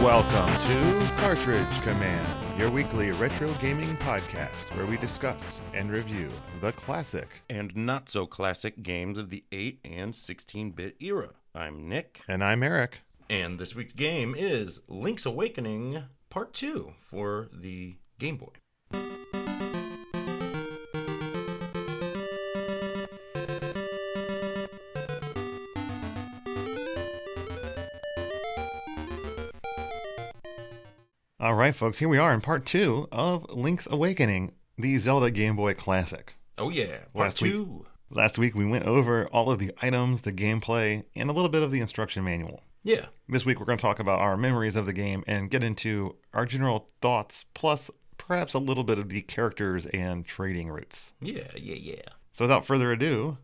Welcome to Cartridge Command, your weekly retro gaming podcast where we discuss and review the classic. and not so classic games of the 8 and 16 bit era. I'm Nick, And I'm Eric. and this week's game is Link's Awakening Part 2 for the Game Boy. All right, folks, here we are in part two of Link's Awakening, the Zelda Game Boy classic. Oh, yeah, Part Last week. 2. Last week we went over all of the items, the gameplay, and a little bit of the instruction manual. Yeah, This week we're going to talk about our memories of the game and get into our general thoughts, plus perhaps a little bit of the characters and trading routes. yeah, yeah, yeah. So without further ado,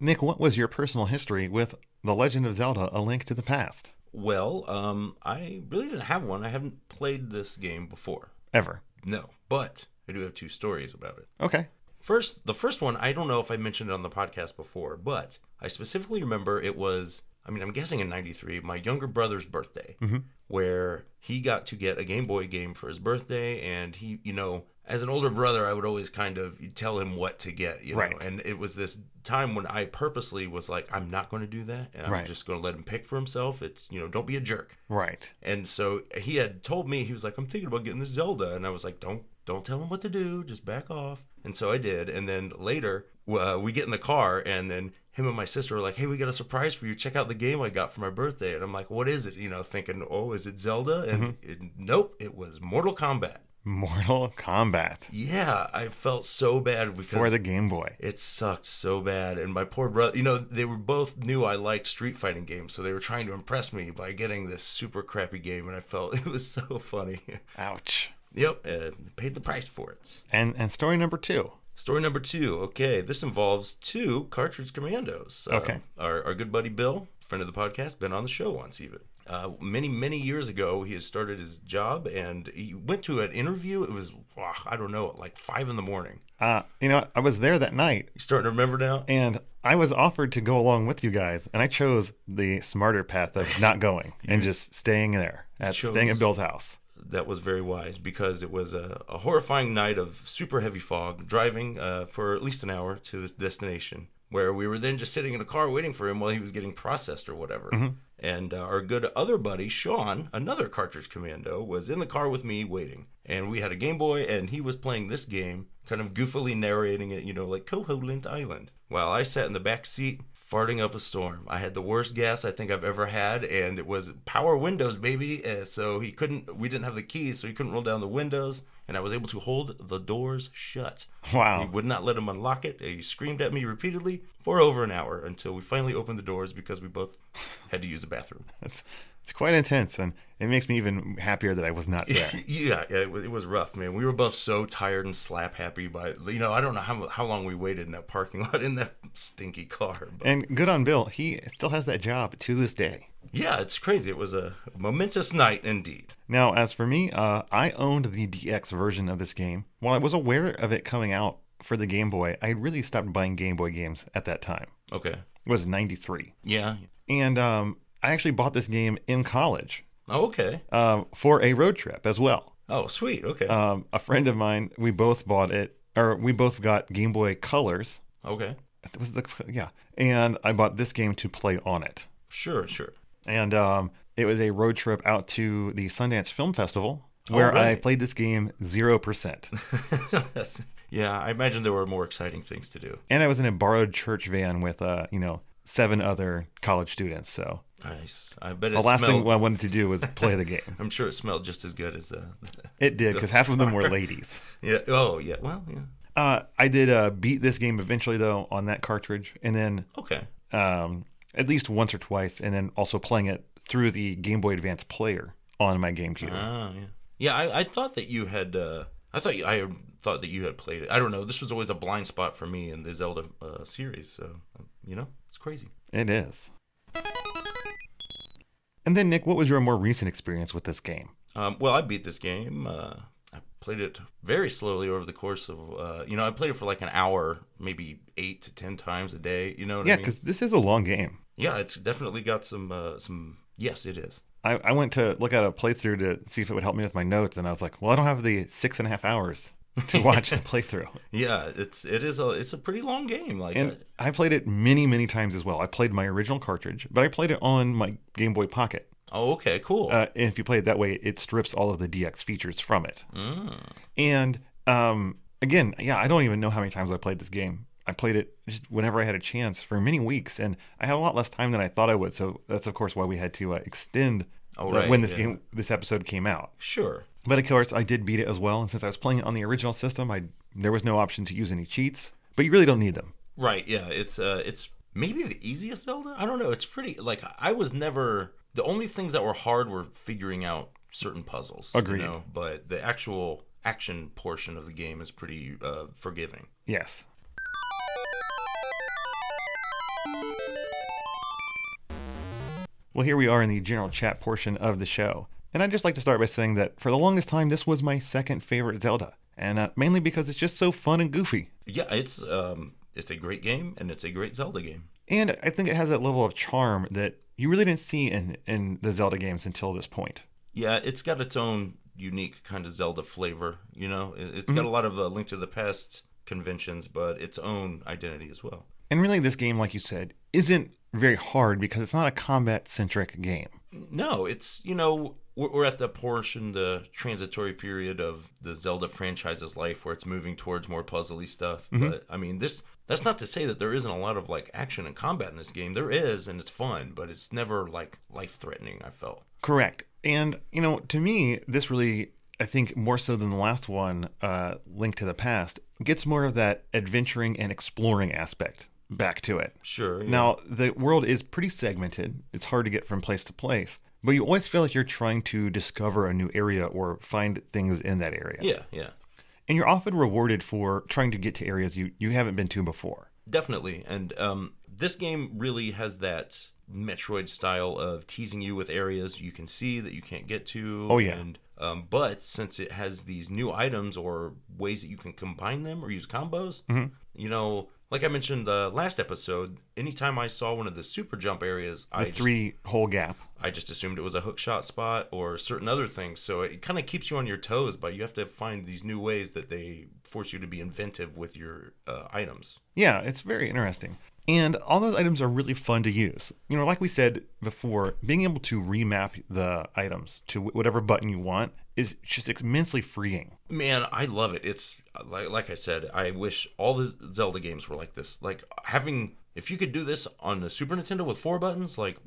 Nick, what was your personal history with The Legend of Zelda: A Link to the Past? Well, um, I really didn't have one. I haven't played this game before. Ever? No, but I do have two stories about it. Okay. First, the first one, I don't know if I mentioned it on the podcast before, but I specifically remember it was, I mean, I'm guessing in 93, my younger brother's birthday, Mm-hmm. where he got to get a Game Boy game for his birthday. And he, you know, as an older brother, I would always kind of tell him what to get, you know. Right. And it was this time when I purposely was like, I'm not going to do that. And I'm Right. just going to let him pick for himself. It's, you know, don't be a jerk. Right. And so he had told me he was like, "I'm thinking about getting the Zelda," and I was like, "Don't, don't tell him what to do. Just back off." And so I did. And then later, uh, we get in the car, and then him and my sister were like, "Hey, we got a surprise for you. Check out the game I got for my birthday." And I'm like, "What is it?" You know, thinking, "Oh, is it Zelda?" And Mm-hmm. it, nope, it was Mortal Kombat. Mortal Kombat Yeah, I felt so bad because for the Game Boy. it sucked so bad. And my poor brother, you know, they were both knew I liked street fighting games, so they were trying to impress me by getting this super crappy game, and I felt it was so funny. Ouch. yep, uh, paid the price for it. And and story number two. Story number two. Okay, this involves two cartridge commandos. Uh, Okay. our, our good buddy Bill, friend of the podcast, been on the show once even. Uh, many many years ago, he had started his job and he went to an interview. It was wow, I don't know, like five in the morning. Uh, you know, I was there that night, You starting to remember now? and I was offered to go along with you guys, and I chose the smarter path of not going and just staying there, at, chose- staying at Bill's house. that was very wise because it was a, a horrifying night of super heavy fog driving uh, for at least an hour to this destination where we were then just sitting in a car waiting for him while he was getting processed or whatever and uh, our good other buddy sean another cartridge commando was in the car with me waiting and we had a game boy and he was playing this game kind of goofily narrating it you know like koholint island while i sat in the back seat farting up a storm i had the worst gas i think i've ever had and it was power windows baby uh, so he couldn't we didn't have the keys so he couldn't roll down the windows and i was able to hold the doors shut Wow. he would not let him unlock it he screamed at me repeatedly for over an hour until we finally opened the doors because we both had to use the bathroom It's it's quite intense, and it makes me even happier that I was not there. yeah, yeah, it was, it was rough, man. We were both so tired and slap happy by, you know, I don't know how how long we waited in that parking lot in that stinky car. But And good on Bill. He still has that job to this day. yeah, it's crazy. It was a momentous night indeed. Now, as for me, uh, I owned the DX version of this game. While I was aware of it coming out for the Game Boy, I really stopped buying Game Boy games at that time. Okay. It was 93. Yeah. And um, I actually bought this game in college Oh, okay. uh, for a road trip as well. Oh, sweet. Okay. Um, a friend of mine, we both bought it, or we both got Game Boy Colors. okay. It was the, yeah. And I bought this game to play on it. Sure. Sure. and um, it was a road trip out to the Sundance Film Festival where I right. played this game zero percent, That's, yeah, I imagine there were more exciting things to do. and I was in a borrowed church van with uh, you know seven other college students. So Nice. I bet it the last smelled. thing I wanted to do was play the game. I'm sure it smelled just as good as. Uh, It did because half of them were ladies. yeah. Oh, yeah. Well, yeah. Uh, I did uh, beat this game eventually though on that cartridge, and then Okay. um, at least once or twice, and then also playing it through the Game Boy Advance player on my GameCube. Oh yeah, yeah. I, I thought that you had. Uh, I thought you, I thought that you had played it. I don't know. This was always a blind spot for me in the Zelda uh, series. So um, you know, it's crazy. It is. And then, Nick, what was your more recent experience with this game? Um, well, I beat this game. Uh, I played it very slowly over the course of. Uh, you know, I played it for like an hour, maybe eight to ten times a day. You know what Yeah, I mean? because this is a long game. Yeah, it's definitely got some uh, some. Yes, it is. I, I went to look at a playthrough to see if it would help me with my notes, and I was like, well, I don't have the six and a half hours to watch the playthrough. Yeah, it's it is a it's a pretty long game. Like And I played it many, many times as well. I played my original cartridge, but I played it on my Game Boy Pocket. oh, okay, cool. Uh, and if you play it that way, it strips all of the DX features from it. Mm. And um, again, yeah, I don't even know how many times I played this game. I played it just whenever I had a chance for many weeks, and I had a lot less time than I thought I would. So that's of course why we had to uh, extend Oh, the- right, when this yeah. game, this episode came out. Sure. But of course, I did beat it as well. And since I was playing it on the original system, I there was no option to use any cheats. But you really don't need them. Right. Yeah. It's uh, it's maybe the easiest Zelda. I don't know. It's pretty. Like I was never. The only things that were hard were figuring out certain puzzles. you Agreed. know, But the actual action portion of the game is pretty uh, forgiving. Yes. Well, here we are in the general chat portion of the show. And I'd just like to start by saying that for the longest time, this was my second favorite Zelda. And uh, mainly because it's just so fun and goofy. Yeah. It's um. It's a great game, and it's a great Zelda game. And I think it has that level of charm that you really didn't see in, in the Zelda games until this point. Yeah, it's got its own unique kind of Zelda flavor. You know, It- it's got a lot of uh, Link to the Past conventions, but its own identity as well. And really, this game, like you said, isn't very hard because it's not a combat centric game. No, it's you know we're, we're at the portion, the transitory period of the Zelda franchise's life where it's moving towards more puzzly stuff. But I mean, this that's not to say that there isn't a lot of like action and combat in this game. There is, and it's fun, but it's never like life threatening. I felt. Correct. And, you know, to me, this really, I think more so than the last one, uh, Link to the Past, gets more of that adventuring and exploring aspect back to it. Sure. yeah. Now, the world is pretty segmented, it's hard to get from place to place, but you always feel like you're trying to discover a new area or find things in that area. Yeah. Yeah. And you're often rewarded for trying to get to areas you, you haven't been to before. Definitely. And um, this game really has that Metroid style of teasing you with areas you can see that you can't get to. Oh, yeah. And, um, but since it has these new items or ways that you can combine them or use combos, Mm-hmm. you know, like I mentioned the last episode, anytime I saw one of the super jump areas, I The just, three hole gap. I just assumed it was a hook shot spot or certain other things. So it kind of keeps you on your toes, but you have to find these new ways that they force you to be inventive with your uh, items. Yeah, it's very interesting. And all those items are really fun to use. You know, like we said before, being able to remap the items to wh- whatever button you want is just immensely freeing. Man, I love it. It's like like I said, I wish all the Zelda games were like this. Like having if you could do this on the Super Nintendo with four buttons, like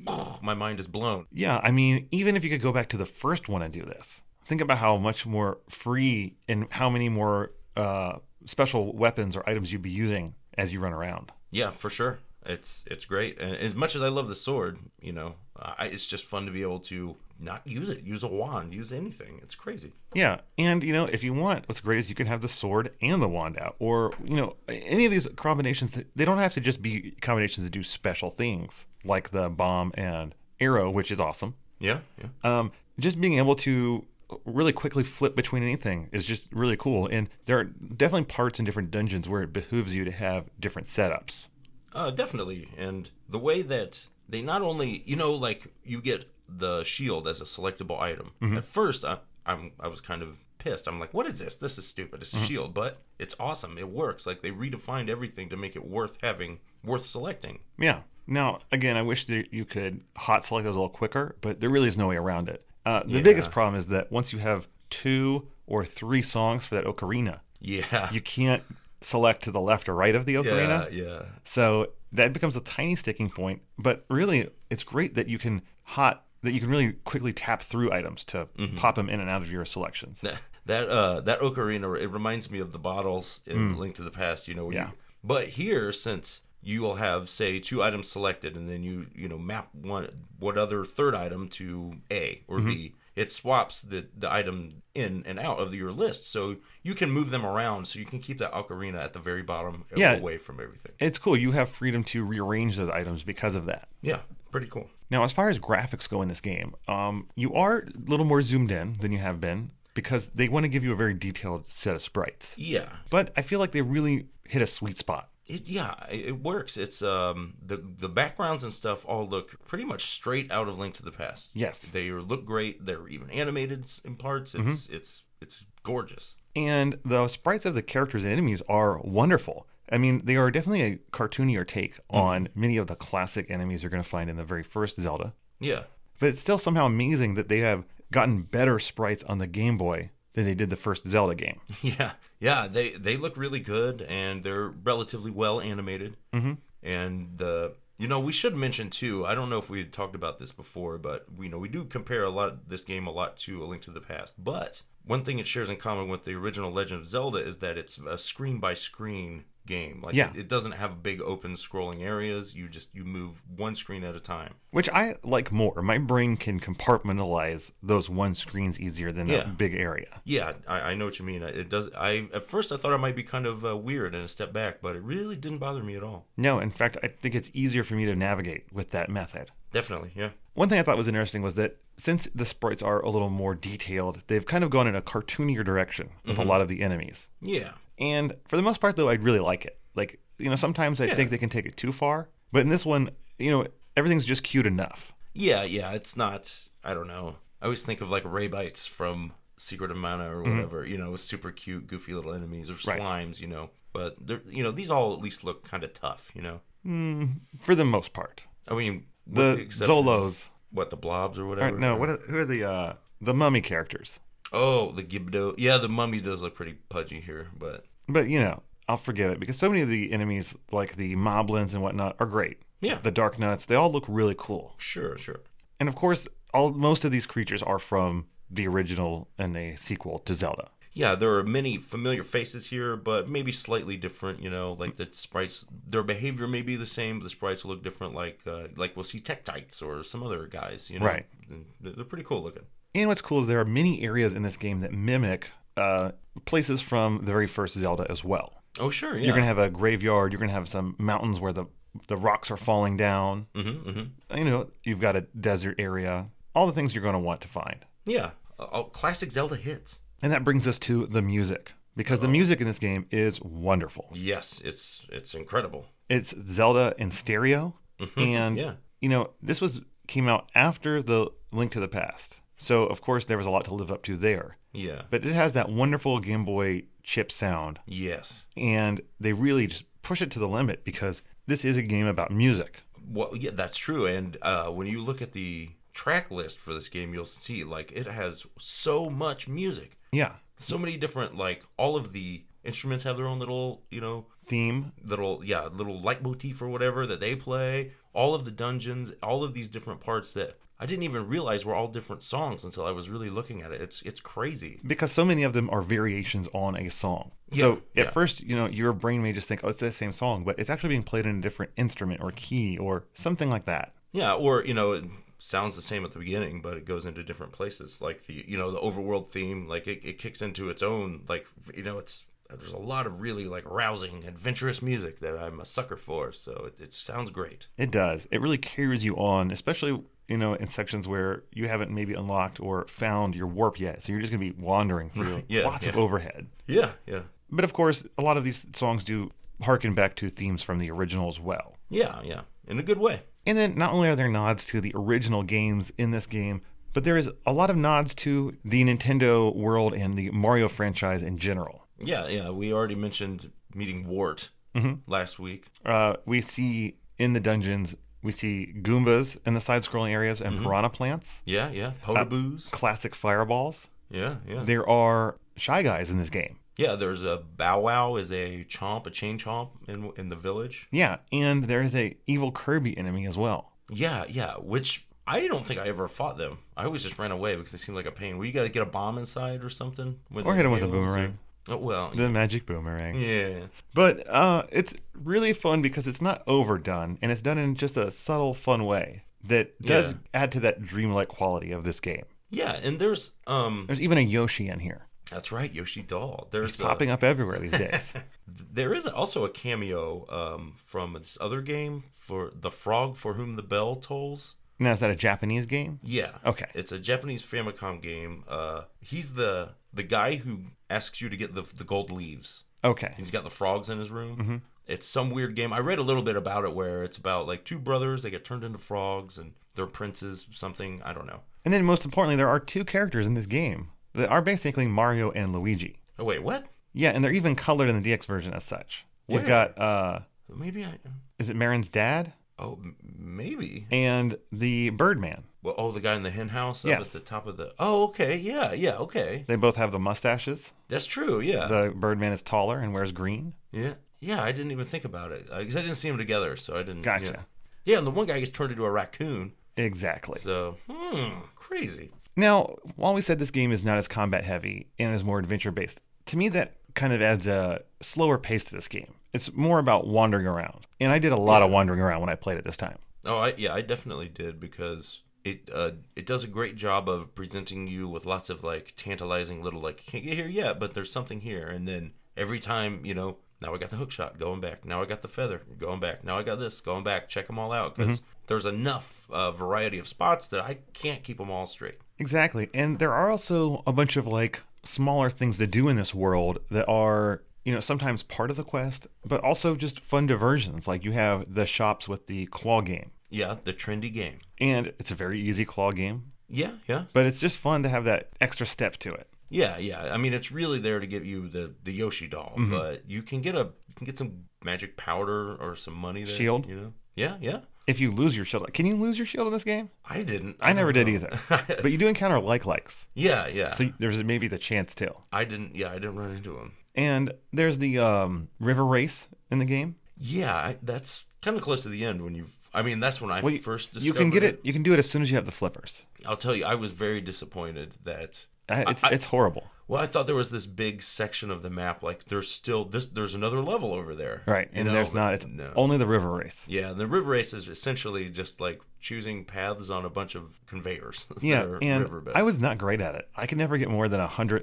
my mind is blown. Yeah, I mean, even if you could go back to the first one and do this, think about how much more free and how many more uh, special weapons or items you'd be using as you run around. Yeah, for sure. It's it's great. And as much as I love the sword, you know, I, it's just fun to be able to not use it, use a wand, use anything. It's crazy. Yeah, and you know, if you want, what's great is you can have the sword and the wand out, or you know, any of these combinations. That, they don't have to just be combinations that do special things, like the bomb and arrow, which is awesome. Yeah, yeah. Um, just being able to really quickly flip between anything is just really cool. And there are definitely parts in different dungeons where it behooves you to have different setups. Uh, definitely. And the way that they not only, you know, like you get the shield as a selectable item. At first, I, I'm I was kind of pissed. I'm like, what is this? This is stupid. It's a shield, but it's awesome. It works. Like they redefined everything to make it worth having, worth selecting. Yeah. Now, again, I wish that you could hot select those a little quicker, but there really is no way around it. Uh, the biggest problem is that once you have two or three songs for that ocarina, Yeah. you can't select to the left or right of the ocarina. yeah, yeah. So that becomes a tiny sticking point. But really, it's great that you can hot that you can really quickly tap through items to pop them in and out of your selections. That that uh that ocarina it reminds me of the bottles in Link to the Past, you know. where you- Mm. Yeah. but here, since you will have say two items selected, and then you you know map one what other third item to A or B. Mm-hmm. It swaps the the item in and out of your list, so you can move them around. So you can keep that ocarina at the very bottom, Yeah. away from everything. It's cool. You have freedom to rearrange those items because of that. Yeah, pretty cool. Now, as far as graphics go in this game, um, you are a little more zoomed in than you have been because they want to give you a very detailed set of sprites. Yeah, But I feel like they really hit a sweet spot. it yeah it it works it's um the the backgrounds and stuff all look pretty much straight out of link to the past Yes. they look great they're even animated s- in parts it's it's it's gorgeous and the sprites of the characters and enemies are wonderful. I mean, they are definitely a cartoonier take on many of the classic enemies you're going to find in the very first Zelda. yeah But it's still somehow amazing that they have gotten better sprites on the Game Boy than they did the first Zelda game. yeah yeah they they look really good and they're relatively well animated mm-hmm. and the you know we should mention too i don't know if we had talked about this before but you know we do compare a lot this game a lot to a link to the past but one thing it shares in common with the original legend of zelda is that it's a screen by screen game like Yeah. it, it doesn't have big open scrolling areas you just you move one screen at a time Which I like more. My brain can compartmentalize those one screens easier than Yeah. a big area. Yeah, I, I know what you mean. It does. I at first I thought it might be kind of uh, weird and a step back, but it really didn't bother me at all. No, in fact, I think it's easier for me to navigate with that method. Definitely, yeah, One thing I thought was interesting was that since the sprites are a little more detailed, they've kind of gone in a cartoonier direction with Mm-hmm. a lot of the enemies. yeah, And for the most part, though, I really like it. Like, you know, sometimes I think they can take it too far, but in this one, you know, everything's just cute enough. yeah, yeah. It's not. I don't know. I always think of like ray bites from Secret of Mana or whatever. You know, super cute, goofy little enemies or Mm-hmm. Right. slimes. You know, but they're you know these all at least look kind of tough. You know, for the most part. I mean with The, exception- Zolos. what the blobs or Or, whatever. no, what are, who are the uh, the mummy characters? Oh, the Gibdo. Yeah, the mummy does look pretty pudgy here, but But you know, I'll forgive it because so many of the enemies, like the moblins and whatnot, are great. Yeah. The dark nuts, they all look really cool. sure, sure. And of course, all most of these creatures are from the original and the sequel to Zelda. yeah, there are many familiar faces here, but maybe slightly different. You know, like the sprites, their behavior may be the same, but the sprites will look different. Like, uh, like we'll see Tektites or some other guys. You know, Right. And They're they're pretty cool looking. And what's cool is there are many areas in this game that mimic uh, places from the very first Zelda as well. Oh sure, yeah. You're gonna have a graveyard. You're gonna have some mountains where the the rocks are falling down. mm-hmm, mm-hmm. You know, you've got a desert area. All the things you're gonna want to find. Yeah, Uh, oh, classic Zelda hits. And that brings us to the music because the music in this game is wonderful. Yes, it's it's incredible. It's Zelda in stereo, and yeah. you know this was came out after the Link to the Past, so of course there was a lot to live up to there. Yeah. But it has that wonderful Game Boy chip sound, yes. and they really just push it to the limit because this is a game about music. Well, yeah, that's true. And uh, when you look at the track list for this game, you'll see like it has so much music. Yeah, so many different like all of the instruments have their own little you know theme little yeah little leitmotif or whatever that they play all of the dungeons all of these different parts that i didn't even realize were all different songs until i was really looking at it it's it's crazy because so many of them are variations on a song. so Yeah, at yeah. first, you know, your brain may just think, "Oh, it's the same song," but it's actually being played in a different instrument or key or something like that. yeah or you know it sounds the same at the beginning but it goes into different places like the you know the overworld theme like it, it kicks into its own like you know it's there's a lot of really like rousing adventurous music that i'm a sucker for so it, it sounds great It does. It really carries you on, especially you know in sections where you haven't maybe unlocked or found your warp yet. So you're just going to be wandering through Yeah, lots of yeah. overhead. yeah yeah But of course, a lot of these songs do harken back to themes from the original as well. Yeah, yeah, in a good way. And then not only are there nods to the original games in this game, but there is a lot of nods to the Nintendo world and the Mario franchise in general. Yeah, yeah. We already mentioned meeting Wart Mm-hmm. last week. Uh, we see in the dungeons, we see Goombas in the side scrolling areas and piranha plants, Yeah, yeah. Uh, Potaboos. classic fireballs. yeah, yeah. There are shy guys in this game. yeah, there's a Bow Wow is a chomp, a chain chomp in in the village. Yeah, and there is a evil Kirby enemy as well. Yeah, yeah. Which I don't think I ever fought them. I always just ran away because they seemed like a pain. Well, you got to get a bomb inside or something. when Or they hit him with a nail us, or- boomerang. Oh well. The magic boomerang. Yeah. But uh, it's really fun because it's not overdone and it's done in just a subtle, fun way that does Yeah. add to that dreamlike quality of this game. Yeah, and there's um. There's even a Yoshi in here. That's right, Yoshi doll. There's a- Popping up everywhere these days. There is also a cameo um, from this other game for the frog for whom the bell tolls. now, is that a Japanese game? Yeah. Okay. It's a Japanese Famicom game. Uh, he's the the guy who asks you to get the the gold leaves. Okay. Mm-hmm. He's got the frogs in his room, It's some weird game. I read a little bit about it where it's about like two brothers, they get turned into frogs and they're princes, something, I don't know. And then, most importantly, there are two characters in this game that are basically Mario and Luigi. Oh wait, what? Yeah, and they're even colored in the DX version as such. You've Where? got uh, Maybe I is it Marin's dad Oh, m- maybe. and the Birdman? Well, oh, the guy in the hen house up Yes. at the top of the Oh, okay. Yeah, yeah, okay. They both have the mustaches. That's true. Yeah. The Birdman is taller and wears green. Yeah, yeah, I didn't even think about it because I didn't see them together, so I didn't. Gotcha. Yeah. Yeah, and the one guy gets turned into a raccoon. Exactly. So, hmm, crazy. Now, while we said this game is not as combat heavy and is more adventure based, to me that kind of adds a slower pace to this game. It's more about wandering around. And I did a lot of wandering around when I played it this time. Oh, I, yeah, I definitely did because it uh, it does a great job of presenting you with lots of like tantalizing little like can't get here yet, but there's something here, and then every time you know. Now I got the hook shot going back. Now I got the feather going back. Now I got this going back. Check them all out because there's enough uh, variety of spots that I can't keep them all straight. Exactly. And there are also a bunch of like smaller things to do in this world that are, you know, sometimes part of the quest, but also just fun diversions. Like you have the shops with the claw game, Yeah, the trendy game. and it's a very easy claw game, Yeah, yeah. but it's just fun to have that extra step to it. Yeah, yeah. I mean, it's really there to give you the the Yoshi doll, Mm-hmm. but you can get a you can get some magic powder or some money there. Shield? you know? Yeah, yeah. If you lose your shield, can you lose your shield in this game? I didn't. I never don't did know. either. But you do encounter like likes, yeah, yeah. so there's maybe the chance too. I didn't. Yeah, I didn't run into him. And there's the um, river race in the game. Yeah, I- that's kind of close to the end when you've. I mean, that's when I Well, you- first discovered You can get it. You can do it as soon as you have the flippers. I'll tell you, I was very disappointed that. I- It's I- it's horrible. Well, I thought there was this big section of the map. Like, there's still this. There's another level over there. Right. you And know, there's but not, it's no. only the river race. Yeah, the river race is essentially just like choosing paths on a bunch of conveyors. that Yeah. are And riverbed. I was not great at it. I could never get more than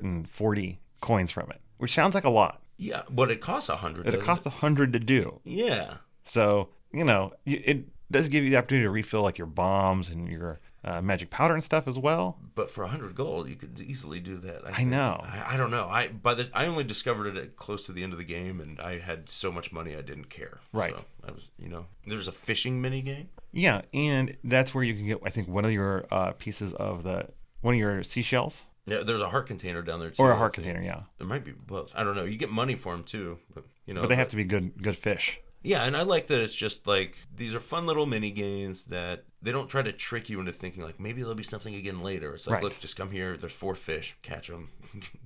140 coins from it, which sounds like a lot. yeah, but it costs a hundred. It doesn't costs 100 to do. Yeah, So, you know, you- it does give you the opportunity to refill like your bombs and your uh, magic powder and stuff as well. but for a hundred gold, you could easily do that. I, I think. know. I, I don't know. I by the I only discovered it at close to the end of the game, and I had so much money I didn't care. Right. So I was, you know, there's a fishing mini game. Yeah. And that's where you can get, I think, one of your uh, pieces of the, one of your seashells Yeah, there's a heart container down there too. or a I heart think. container. Yeah. There might be both. I don't know. You get money for them too, but you know. But they have to be good, good fish. Yeah, and I like that it's just like these are fun little mini games that they don't try to trick you into thinking like maybe there'll be something again later. It's like, Right. look, just come here. There's four fish, catch them.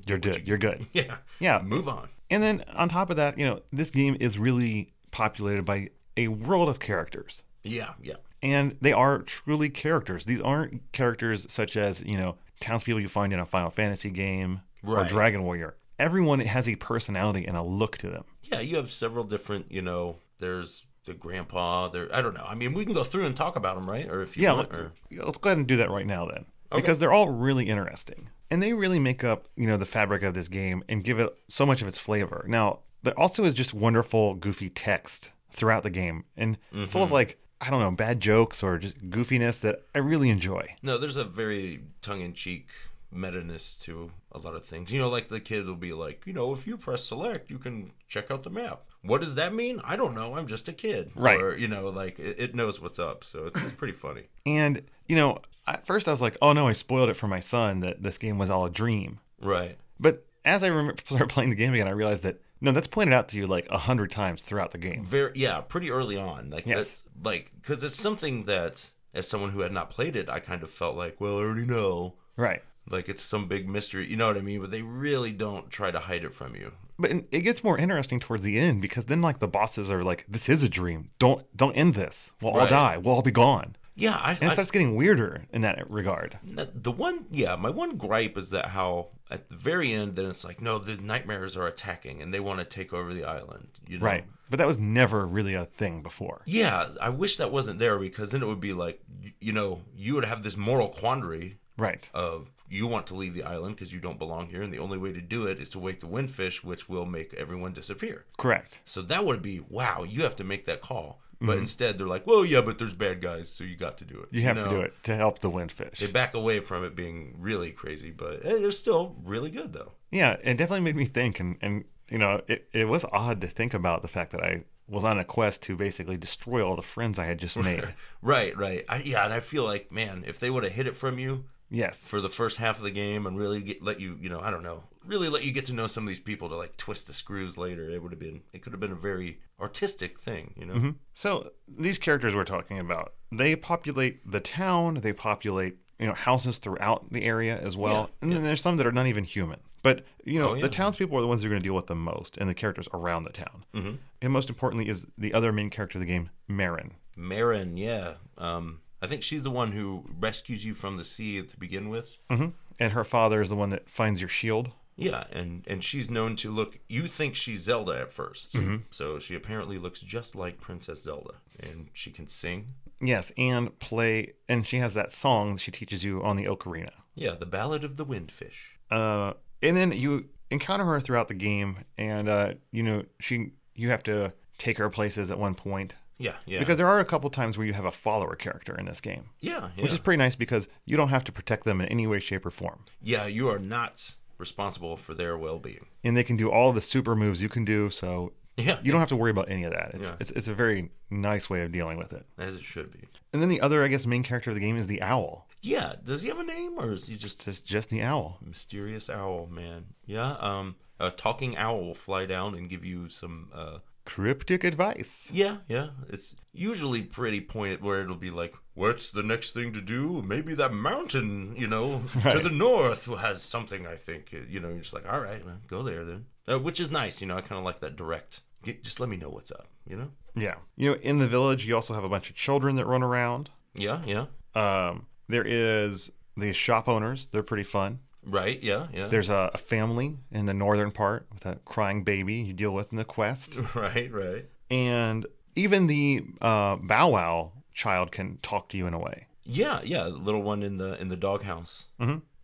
You're good. You're good. yeah, Yeah. move on. And then on top of that, you know, this game is really populated by a world of characters. Yeah, yeah, And they are truly characters. These aren't characters such as, you know, townspeople you find in a Final Fantasy game or Right. Dragon Warrior. Everyone has a personality and a look to them. yeah. You have several different, you know. There's the grandpa. There, I don't know. I mean, we can go through and talk about them, right? Or if you Yeah, want, let, or, us go ahead and do that right now then. Because they're all really interesting. And they really make up, you know, the fabric of this game and give it so much of its flavor. Now, there also is just wonderful, goofy text throughout the game and full of like, I don't know, bad jokes or just goofiness that I really enjoy. no. There's a very tongue-in-cheek meta-ness to a lot of things. You know, like the kids will be like, you know, if you press select, you can check out the map. What does that mean? I don't know. I'm just a kid. Right. Or, you know, like it, it knows what's up. So it's, it's pretty funny. And, you know, at first I was like, oh no, I spoiled it for my son that this game was all a dream. Right. But as I remember started playing the game again, I realized that, no, that's pointed out to you like a hundred times throughout the game. Very, yeah, pretty early on. Like, Yes. that's, like, because it's something that, as someone who had not played it, I kind of felt like, well, I already know. Right. Like, it's some big mystery. You know what I mean? But they really don't try to hide it from you. But in- it gets more interesting towards the end because then like the bosses are like, "This is a dream. Don't don't end this. We'll all Right. die. We'll all be gone." Yeah, I, And it I- starts getting weirder in that regard. that- the one, yeah, my one gripe is that how at the very end, then it's like, no, the nightmares are attacking and they want to take over the island. You know? Right. But that was never really a thing before. Yeah, I wish that wasn't there because then it would be like, you, you know, you would have this moral quandary Right. of you want to leave the island because you don't belong here, and the only way to do it is to wake the windfish, which will make everyone disappear. Correct. So that would be wow, you have to make that call. But instead, they're like, well, yeah, but there's bad guys, so you got to do it. Mm-hmm. You have to know? do it to help the They windfish. back away from it being really crazy, but eh, it was still really good though. Yeah, it definitely made me think and and you know, it, it was odd to think about the fact that I was on a quest to basically destroy all the friends I had just made. Right, right. I, yeah, and I feel like, man, if they would have hid it from you yes. for the first half of the game and really get, let you, you know, I don't know, really let you get to know some of these people to like twist the screws later, it would have been, it could have been a very artistic thing, you know? Mm-hmm. So these characters we're talking about, they populate the town, they populate you know houses throughout the area as well, and then there's some that are not even human. But you know Oh, yeah. the townspeople are the ones who are going to deal with them most, and the characters around the town. Mm-hmm. And most importantly is the other main character of the game, Marin. Marin, yeah. Um, I think she's the one who rescues you from the sea to begin with. hmm And her father is the one that finds your shield. Yeah, and and she's known to look. You think she's Zelda at 1st Mm-hmm. so she apparently looks just like Princess Zelda, and she can sing. Yes, and play, and she has that song that she teaches you on the ocarina. Yeah, the Ballad of the Windfish. uh, and then you encounter her throughout the game, and uh, you know she you have to take her places at one point Yeah, yeah, because there are a couple times where you have a follower character in this game, yeah, yeah. which is pretty nice because you don't have to protect them in any way, shape, or form, yeah. You are not responsible for their well-being. and they can do all the super moves you can do. So Yeah, you don't have to worry about any of that. It's Yeah. it's, it's a very nice way of dealing with it. as it should be. And then the other, I guess, main character of the game is the owl. Yeah. Does he have a name, or is he just It's just- just the owl. mysterious owl man? Yeah. Um, a talking owl will fly down and give you some uh Cryptic advice. Yeah, yeah. It's usually pretty pointed where it'll be like, what's the next thing to do? Maybe that mountain, you know, to Right. the north has something, I think. Uh, You know, you're just like, all right, well, go there then. Uh, which is nice, you know, I kind of like that direct. Get, just let me know what's up, you know? Yeah. You know, in the village, you also have a bunch of children that run around. Yeah, yeah. Um, there is the shop owners. They're pretty fun. Right, yeah, yeah. There's a, a family in the northern part with a crying baby you deal with in the quest. right, right. And even the uh, Bow Wow child can talk to you in a way. Yeah, yeah. The little one in the in the doghouse.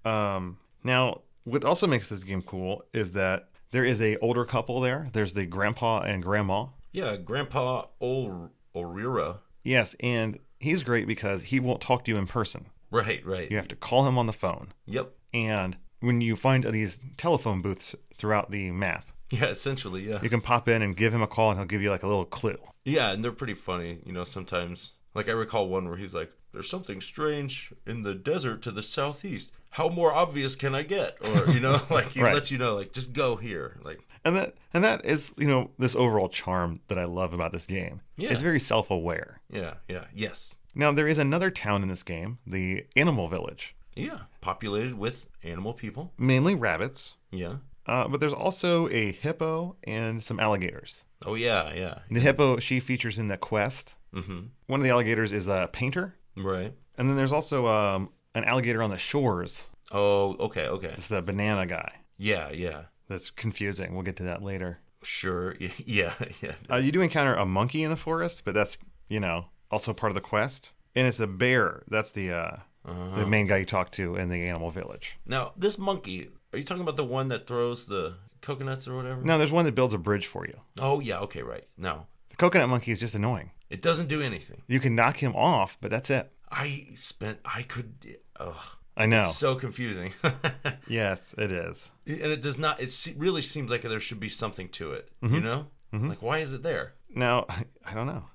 Um, now, what also makes this game cool is that there is a older couple there. There's the grandpa and grandma. Yeah, Grandpa Ol- Orira. Yes, and he's great because he won't talk to you in person. Right, right. You have to call him on the phone. Yep. And when you find these telephone booths throughout the map, Yeah, essentially, yeah. you can pop in and give him a call and he'll give you like a little clue Yeah, and they're pretty funny, you know, sometimes. Like I recall one where he's like, There's something strange in the desert to the southeast. How more obvious can I get? Or, you know, like he Right. lets you know, like, just go here. Like and that and that is you know this overall charm that i love about this game Yeah. it's very self-aware Yeah, yeah, yes. now there is another town in this game the animal village Yeah. Populated with animal people. mainly rabbits Yeah. uh, but there's also a hippo and some alligators Oh yeah, yeah. the hippo she features in the quest Mm-hmm. one of the alligators is a painter Right. and then there's also um, an alligator on the shores Oh, okay, okay. it's the banana guy Yeah, yeah. that's confusing we'll get to that later Sure. y- Yeah, yeah. Uh, you do encounter a monkey in the forest, but that's you know also part of the quest. And it's a bear. That's the uh, Uh-huh. the main guy you talk to in the animal village. Now, this monkey, are you talking about the one that throws the coconuts or whatever? No, there's one that builds a bridge for you. Oh yeah, okay, right. No. The coconut monkey is just annoying. It doesn't do anything. You can knock him off, but that's it. I spent. I could. Ugh, I know. so confusing. and yes, it is. it does not. It se- really seems like there should be something to it. Mm-hmm. You know, like why is it there? Now I don't know.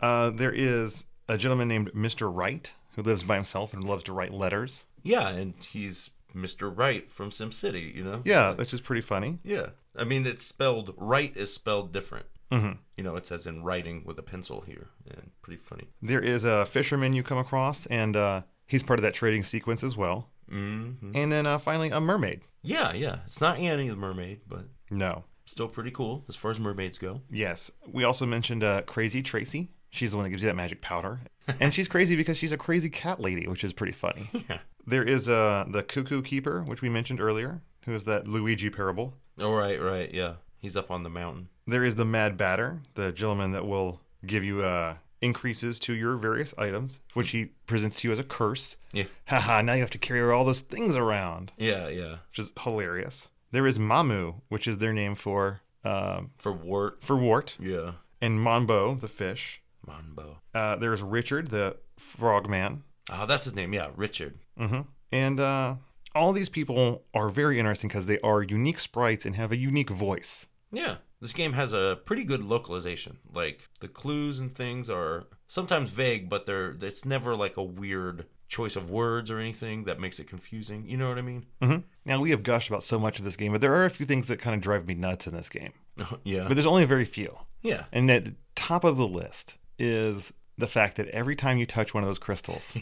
uh, there is a gentleman named Mr. Wright who lives by himself and loves to write letters. Yeah, and he's Mr. Wright from SimCity. You know. Yeah, which is pretty funny. Yeah. I mean, it's spelled. Wright is spelled different. Mm-hmm. You know, it says in writing with a pencil here, and pretty funny. There is a fisherman you come across, and uh, he's part of that trading sequence as well. hmm And then uh, finally, a mermaid. Yeah, yeah. It's not Annie the mermaid, but No. still pretty cool as far as mermaids go. Yes. We also mentioned uh, Crazy Tracy. She's the one that gives you that magic powder. And she's crazy because she's a crazy cat lady, which is pretty funny. Yeah. There is uh, the Cuckoo Keeper, which we mentioned earlier, who is that Luigi parable. All Oh, right, right. Yeah, he's up on the mountain. There is the Mad Batter, the gentleman that will give you uh, increases to your various items, which he presents to you as a curse. Yeah. Haha, now you have to carry all those things around, Yeah, yeah. which is hilarious. There is Mamu, which is their name for um, For wart. for wart, Yeah. and Monbo, the fish. Monbo. Uh, there's Richard, the frogman. Oh, that's his name. Yeah, Richard. Mm-hmm. And uh, all these people are very interesting because they are unique sprites and have a unique voice. Yeah. This game has a pretty good localization. Like the clues and things are sometimes vague, but they're it's never like a weird choice of words or anything that makes it confusing. You know what I mean? hmm Now we have gushed about so much of this game, but there are a few things that kind of drive me nuts in this game. yeah. But there's only a very few. yeah. And at the top of the list is the fact that every time you touch one of those crystals,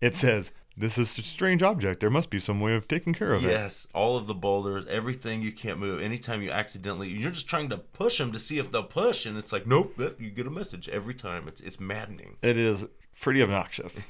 it says, This is a strange object. There must be some way of taking care of it. Yes, all of the boulders, everything you can't move. Anytime you accidentally, you're just trying to push them to see if they'll push, and it's like, nope, that- you get a message every time. It's it's maddening. It is pretty obnoxious.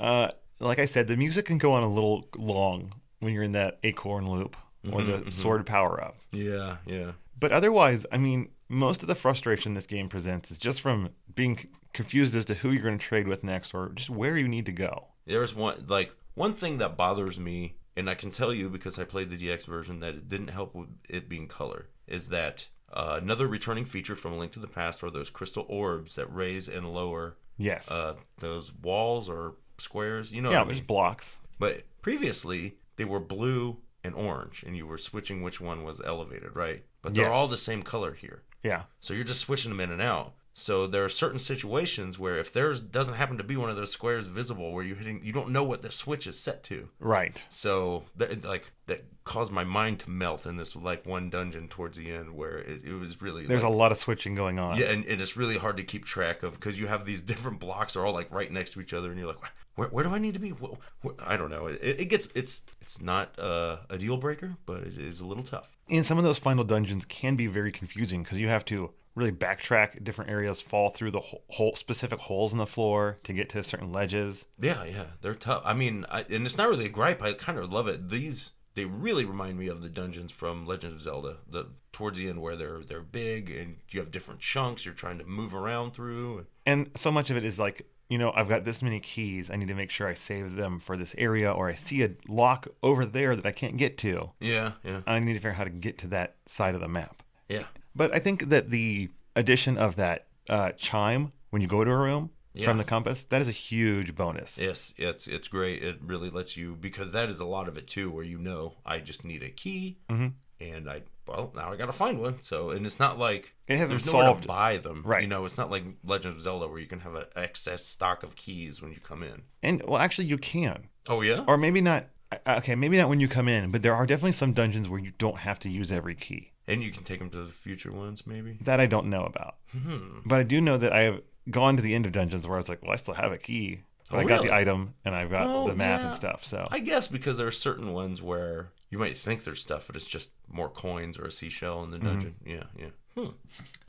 uh, like I said, the music can go on a little long when you're in that acorn loop or Mm-hmm, the sword power up. yeah, yeah, But otherwise, I mean, most of the frustration this game presents is just from being c- confused as to who you're going to trade with next or just where you need to go. there's one like one thing that bothers me and i can tell you because i played the dx version that it didn't help with it being color is that uh, another returning feature from a link to the past are those crystal orbs that raise and lower Yes. uh, those walls or squares you know yeah, what I mean? there's blocks. but previously they were blue and orange and you were switching which one was elevated right but they're Yes. all the same color here Yeah. so you're just switching them in and out. So there are certain situations where if there's doesn't happen to be one of those squares visible where you're hitting, you don't know what the switch is set to. Right. So that like that caused my mind to melt in this like one dungeon towards the end where it, it was really There's a like, lot of switching going on. yeah, and, and it's really hard to keep track of because you have these different blocks are all like right next to each other, and you're like, where, where do I need to be? Wh- wh- I don't know. It, it gets it's it's not uh, a deal breaker, but it is a little tough. And some of those final dungeons can be very confusing because you have to really backtrack different areas, fall through the ho- hole, specific holes in the floor to get to certain ledges. Yeah, yeah, they're tough. I mean, I, and it's not really a gripe. I kind of love it. These they really remind me of the dungeons from Legend of Zelda. The towards the end where they're they're big and you have different chunks you're trying to move around through. And so much of it is like, you know, I've got this many keys. I need to make sure I save them for this area, or I see a lock over there that I can't get to. Yeah, yeah, I need to figure out how to get to that side of the map. yeah, But I think that the addition of that uh, chime when you go to a room Yeah. from the compass, that is a huge bonus. yes, it's it's great. It really lets you because that is a lot of it too, where you know I just need a key Mm-hmm. and I well now I got to find one. So and it's not like It hasn't there's nowhere solved- to buy them. Right. you know it's not like Legend of Zelda where you can have an excess stock of keys when you come in. And well, actually, you can. Oh yeah. or maybe not I- okay maybe not when you come in but there are definitely some dungeons where you don't have to use every key And you can take them to the future ones, maybe. that i don't know about Hmm. but i do know that i have gone to the end of dungeons where i was like well i still have a key but Oh, i got really? the item and i've got Oh, the map yeah. and stuff so I guess because there are certain ones where you might think there's stuff, but it's just more coins or a seashell in the Mm-hmm. dungeon. Yeah, yeah. Hmm.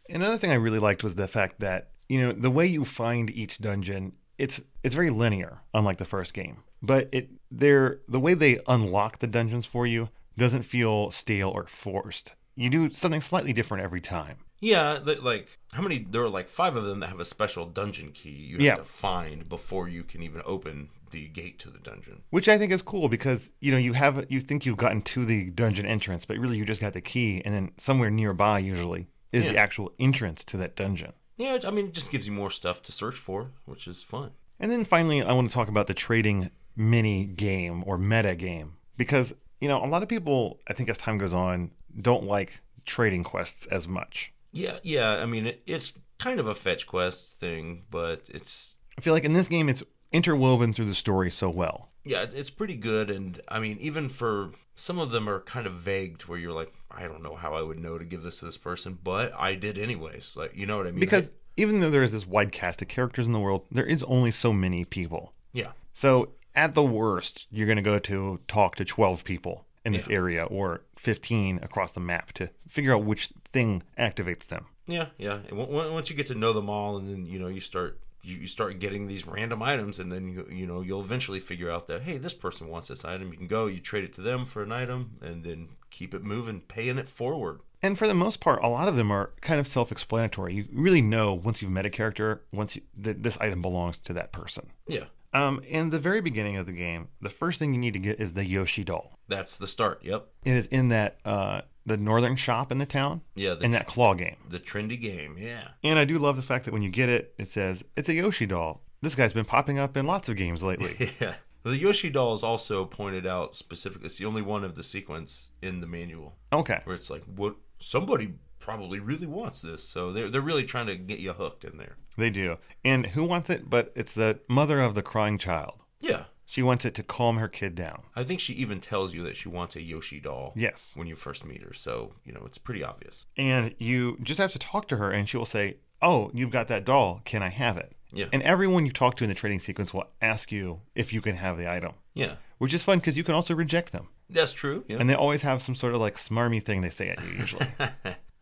another thing i really liked was the fact that you know the way you find each dungeon it's it's very linear unlike the first game but it they're the way they unlock the dungeons for you doesn't feel stale or forced you do something slightly different every time Yeah, th like how many? There are like five of them that have a special dungeon key you have Yeah. to find before you can even open the gate to the dungeon. which I think is cool because you know you have you think you've gotten to the dungeon entrance, but really you just got the key, and then somewhere nearby usually is the Yeah. actual entrance to that dungeon. Yeah, it- I mean, it just gives you more stuff to search for, which is fun. And then finally, I want to talk about the trading mini game or meta game because you know a lot of people, I think as time goes on, don't like trading quests as much. Yeah, yeah. I mean, it, it's kind of a fetch quest thing, but it's I feel like in this game, it's interwoven through the story so well. Yeah, it- it's pretty good, and I mean, even for some of them are kind of vague, to where you're like, I don't know how I would know to give this to this person, but I did anyways. Like, you know what I mean? Because I- even though there is this wide cast of characters in the world, there is only so many people. yeah, So at the worst, you're going to go to talk to 12 people in this area or 15 across the map to figure out which thing activates them. yeah, yeah. And on- on- once you get to know them all, and then you know, you start you, you start getting these random items, and then you you know, you'll eventually figure out that hey, this person wants this item. You can go, you trade it to them for an item, and then keep it moving, paying it forward. And for the most part, a lot of them are kind of self-explanatory. You really know once you've met a character, once you, that this item belongs to that person. Yeah, Um, in the very beginning of the game, the first thing you need to get is the Yoshi doll. that's the start. Yep. It is in that uh, the northern shop in the town, Yeah, the in that claw game. the trendy game. Yeah. And I do love the fact that when you get it, it says it's a Yoshi doll. This guy's been popping up in lots of games lately. Yeah. The Yoshi doll is also pointed out specifically. It's the only one of the sequence in the manual Okay. where it's like, what? Somebody probably really wants this. So they're they're really trying to get you hooked in there. They do. And who wants it? But it's the mother of the crying child. Yeah. She wants it to calm her kid down. I think she even tells you that she wants a Yoshi doll Yes. when you first meet her. So, you know, it's pretty obvious. And you just have to talk to her, and she will say, Oh, you've got that doll. Can I have it? Yeah. And everyone you talk to in the trading sequence will ask you if you can have the item, Yeah. which is fun because you can also reject them. That's true. Yeah. And they always have some sort of like smarmy thing they say at you, usually.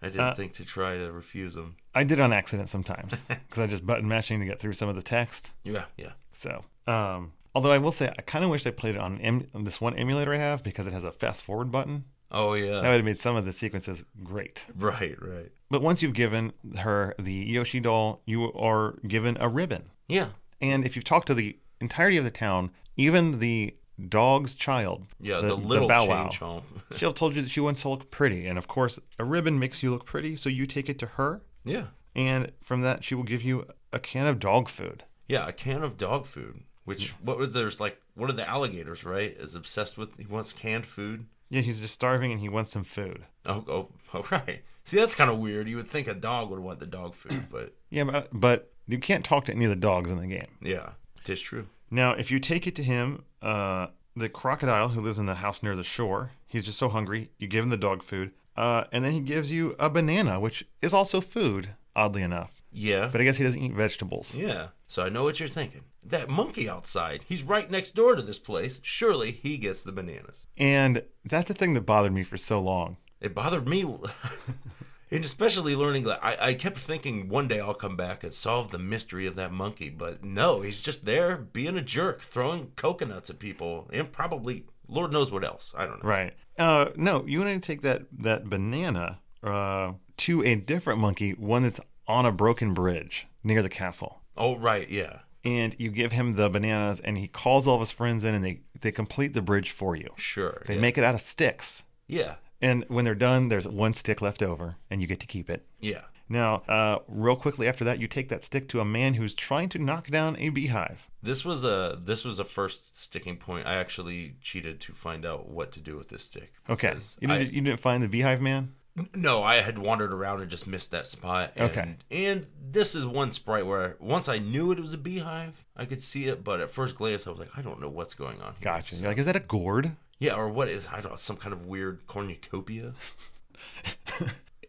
I didn't think to try to refuse them. I did on accident sometimes because I just button mashing to get through some of the text. Yeah. Yeah. So, um, although I will say, I kind of wish I played it on, em- on this one emulator I have because it has a fast forward button. Oh, That yeah. would have made some of the sequences great. Right. Right. But once you've given her the Yoshi doll, you are given a ribbon. Yeah. And if you've talked to the entirety of the town, even the dog's child, Yeah. The, little Bow Wow, chain chomp. she'll have told you that she wants to look pretty. And of course, a ribbon makes you look pretty, so you take it to her. yeah. And from that, she will give you a can of dog food. Yeah. A can of dog food, which, what was there's like one of the alligators, right? Is obsessed with, he wants canned food. Yeah, he's just starving and he wants some food. Oh, oh, all right. See, that's kind of weird. You would think a dog would want the dog food, but Yeah, but, but you can't talk to any of the dogs in the game. yeah, it is true. Now, if you take it to him, uh, the crocodile who lives in the house near the shore, he's just so hungry. You give him the dog food, uh, and then he gives you a banana, which is also food, oddly enough. Yeah. But I guess he doesn't eat vegetables. Yeah. So I know what you're thinking. That monkey outside, he's right next door to this place. Surely he gets the bananas. And that's the thing that bothered me for so long. It bothered me. and especially learning that I, I kept thinking one day I'll come back and solve the mystery of that monkey. But no, he's just there being a jerk, throwing coconuts at people, and probably Lord knows what else. I don't know. Right. Uh, no, you want to take that, that banana uh, to a different monkey, one that's on a broken bridge near the castle. Oh, right. Yeah. And you give him the bananas, and he calls all of his friends in, and they, they complete the bridge for you. Sure. They yeah. make it out of sticks. yeah. And when they're done, there's one stick left over, and you get to keep it. Yeah. Now, uh, real quickly after that, you take that stick to a man who's trying to knock down a beehive. This was a this was a first sticking point. I actually cheated to find out what to do with this stick. Okay, because you I- didn't, you didn't find the beehive man. N- No, I had wandered around and just missed that spot. And, Okay. And this is one sprite where once I knew it was a beehive, I could see it, but at first glance, I was like, I don't know what's going on here. Gotcha. You're like, is that a gourd? Yeah, or what is, I don't know, some kind of weird cornucopia?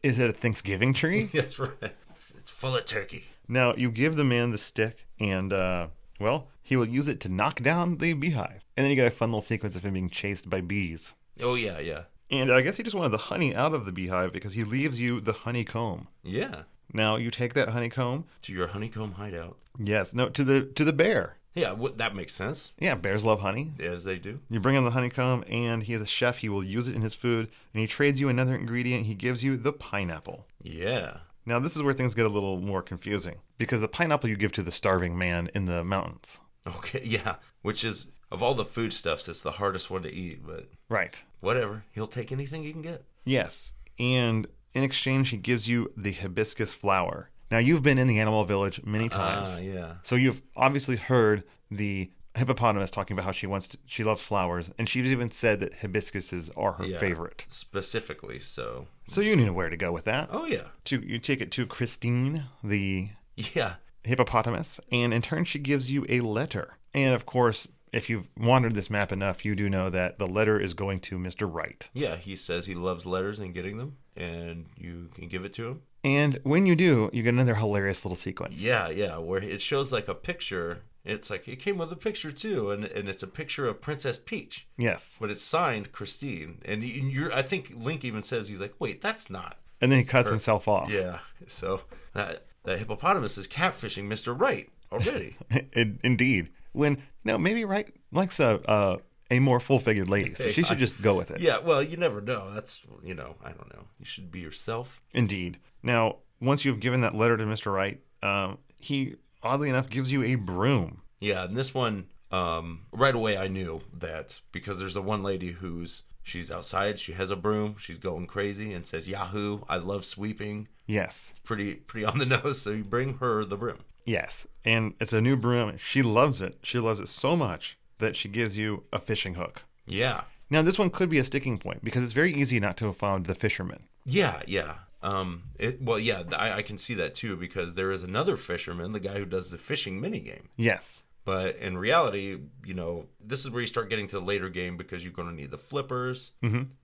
Is it a Thanksgiving tree? That's right. It's, it's full of turkey. now you give the man the stick, and uh, well, he will use it to knock down the beehive. And then you get a fun little sequence of him being chased by bees. Oh, yeah, yeah. And I guess he just wanted the honey out of the beehive because he leaves you the honeycomb. Yeah. Now you take that honeycomb. To your honeycomb hideout. Yes, no, to the to the bear. Yeah, what, that makes sense, Yeah, bears love honey. as they do. You bring him the honeycomb, and he is a chef. He will use it in his food, and he trades you another ingredient. He gives you the pineapple. Yeah. Now, this is where things get a little more confusing because the pineapple you give to the starving man in the mountains. Okay, yeah. Which is, of all the foodstuffs, it's the hardest one to eat, but Right. whatever. He'll take anything he can get. Yes. And in exchange, he gives you the hibiscus flower. Now, you've been in the animal village many times. Ah, yeah. So you've obviously heard the hippopotamus talking about how she wants to, she loves flowers, and she's even said that hibiscuses are her Yeah. favorite. Specifically, so. So you knew where to go with that. Oh, yeah. To you take it to Christine, the Yeah. hippopotamus, and in turn she gives you a letter. And of course, if you've wandered this map enough, you do know that the letter is going to Mr. Wright. Yeah, he says he loves letters and getting them, and you can give it to him. And when you do, you get another hilarious little sequence. Yeah, yeah, where it shows like a picture. It's like, it came with a picture too, and, and it's a picture of Princess Peach, Yes. but it's signed Christine. And you- and you're, I think Link even says, he's like, wait, that's not. And then he cuts himself off. Yeah, so that, that hippopotamus is catfishing Mr. Wright already. In- Indeed. When you know, maybe Wright likes a uh, a more full figured lady, so she should just go with it. yeah, well, you never know. That's, you know, I don't know. You should be yourself. Indeed. Now, once you've given that letter to Mr. Wright, um, he oddly enough gives you a broom. Yeah, and this one, um, right away I knew that because there's the one lady who's she's outside, she has a broom, she's going crazy, and says, "Yahoo! I love sweeping." Yes. Pretty, pretty on the nose. So you bring her the broom. Yes. And it's a new broom. She loves it. She loves it so much that she gives you a fishing hook. Yeah, Now, this one could be a sticking point because it's very easy not to have found the fisherman. yeah, yeah. Um, it, well, yeah, I, I can see that too because there is another fisherman, the guy who does the fishing minigame. Yes. But in reality, you know, this is where you start getting to the later game because you're going to need the flippers,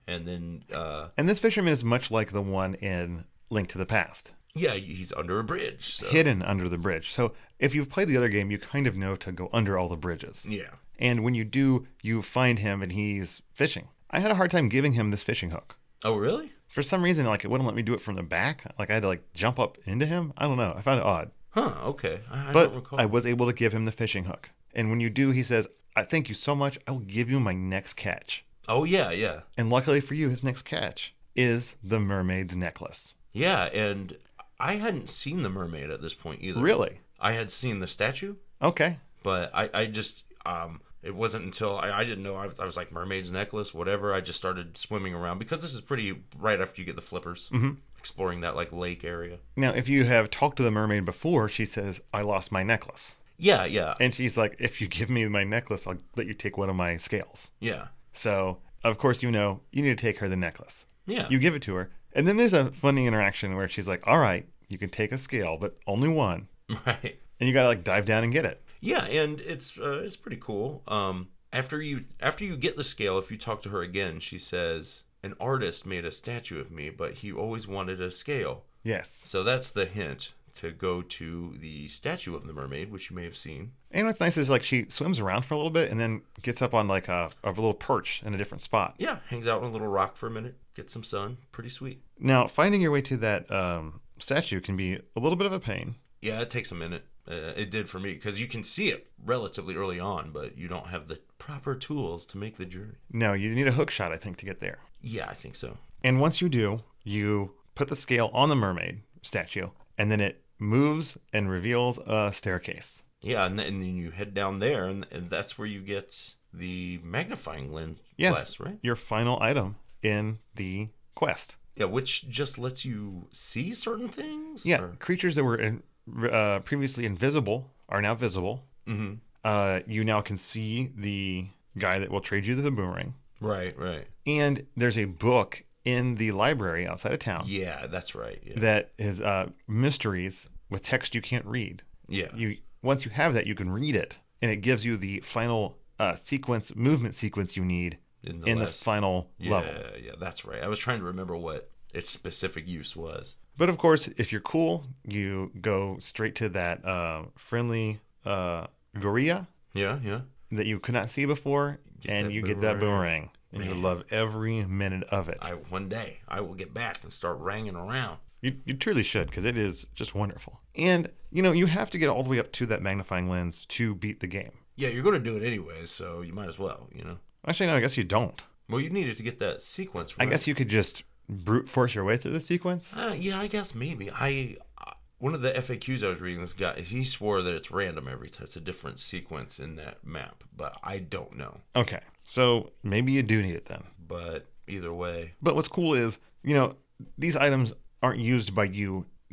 and then uh, And this fisherman is much like the one in Link to the Past, yeah, he's under a bridge. So hidden under the bridge. So if you've played the other game, you kind of know to go under all the bridges. yeah, And when you do, you find him and he's fishing. I had a hard time giving him this fishing hook. Oh, really? For some reason, like it wouldn't let me do it from the back. Like I had to like jump up into him. I don't know. I found it odd. Huh? Okay. I, I don't But recall. I was able to give him the fishing hook. And when you do, he says, I thank you so much. I will give you my next catch. oh yeah, yeah, And luckily for you, his next catch is the mermaid's necklace. yeah. And I hadn't seen the mermaid at this point either. Really? I had seen the statue, Okay. but I, I just um it wasn't until I, I didn't know I, I was like mermaid's necklace whatever i just started swimming around because this is pretty right after you get the flippers Mm-hmm. exploring that like lake area Now, if you have talked to the mermaid before, she says, I lost my necklace. yeah yeah And she's like, If you give me my necklace, I'll let you take one of my scales. yeah So, of course, you know, you need to take her the necklace. yeah You give it to her. And then there's a funny interaction where she's like, All right, you can take a scale, but only one. right And you got to like dive down and get it. yeah and it's uh, it's pretty cool um after you after you get the scale if you talk to her again she says an artist made a statue of me but he always wanted a scale Yes. so that's the hint to go to the statue of the mermaid which you may have seen And what's nice is like she swims around for a little bit and then gets up on like a, a little perch in a different spot. yeah, hangs out on a little rock for a minute, gets some sun. Pretty sweet. Now, finding your way to that um, statue can be a little bit of a pain. Yeah, it takes a minute. Uh, it did for me because you can see it relatively early on, but you don't have the proper tools to make the journey. No, you need a hook shot, I think, to get there. Yeah, I think so. And once you do, you put the scale on the mermaid statue, and then it moves and reveals a staircase. Yeah, and then, and then you head down there, and, and that's where you get the magnifying lens Yes, glass, right? your final item in the quest. Yeah, which just lets you see certain things. Yeah, or- creatures that were in, uh, previously invisible are now visible. Mhm. Uh, you now can see the guy that will trade you the boomerang, Right. Right. and there's a book in the library outside of town Yeah, that's right. Yeah. that is uh, mysteries with text you can't read. yeah. you once you have that you can read it and it gives you the final uh, sequence movement sequence you need in the, in the last- final yeah, level yeah, that's right. I was trying to remember what its specific use was. but of course if you're cool you go straight to that uh, friendly uh, gorilla Yeah. Yeah. that you could not see before and that you get that boomerang and you love every minute of it I one day I will get back and start ranging around. you, you truly should because it is just wonderful and you know you have to get all the way up to that magnifying lens to beat the game Yeah, you're gonna do it anyway, so you might as well, you know. actually no i guess you don't Well, you needed to get that sequence. i Right? guess you could just brute force your way through the sequence Uh, yeah, I guess maybe I. I- One of the FAQs I was reading, this guy he swore that it's random every time. It's a different sequence in that map, but I don't know. Okay. So maybe you do need it then. But either way, But what's cool is, you know, these items aren't used by you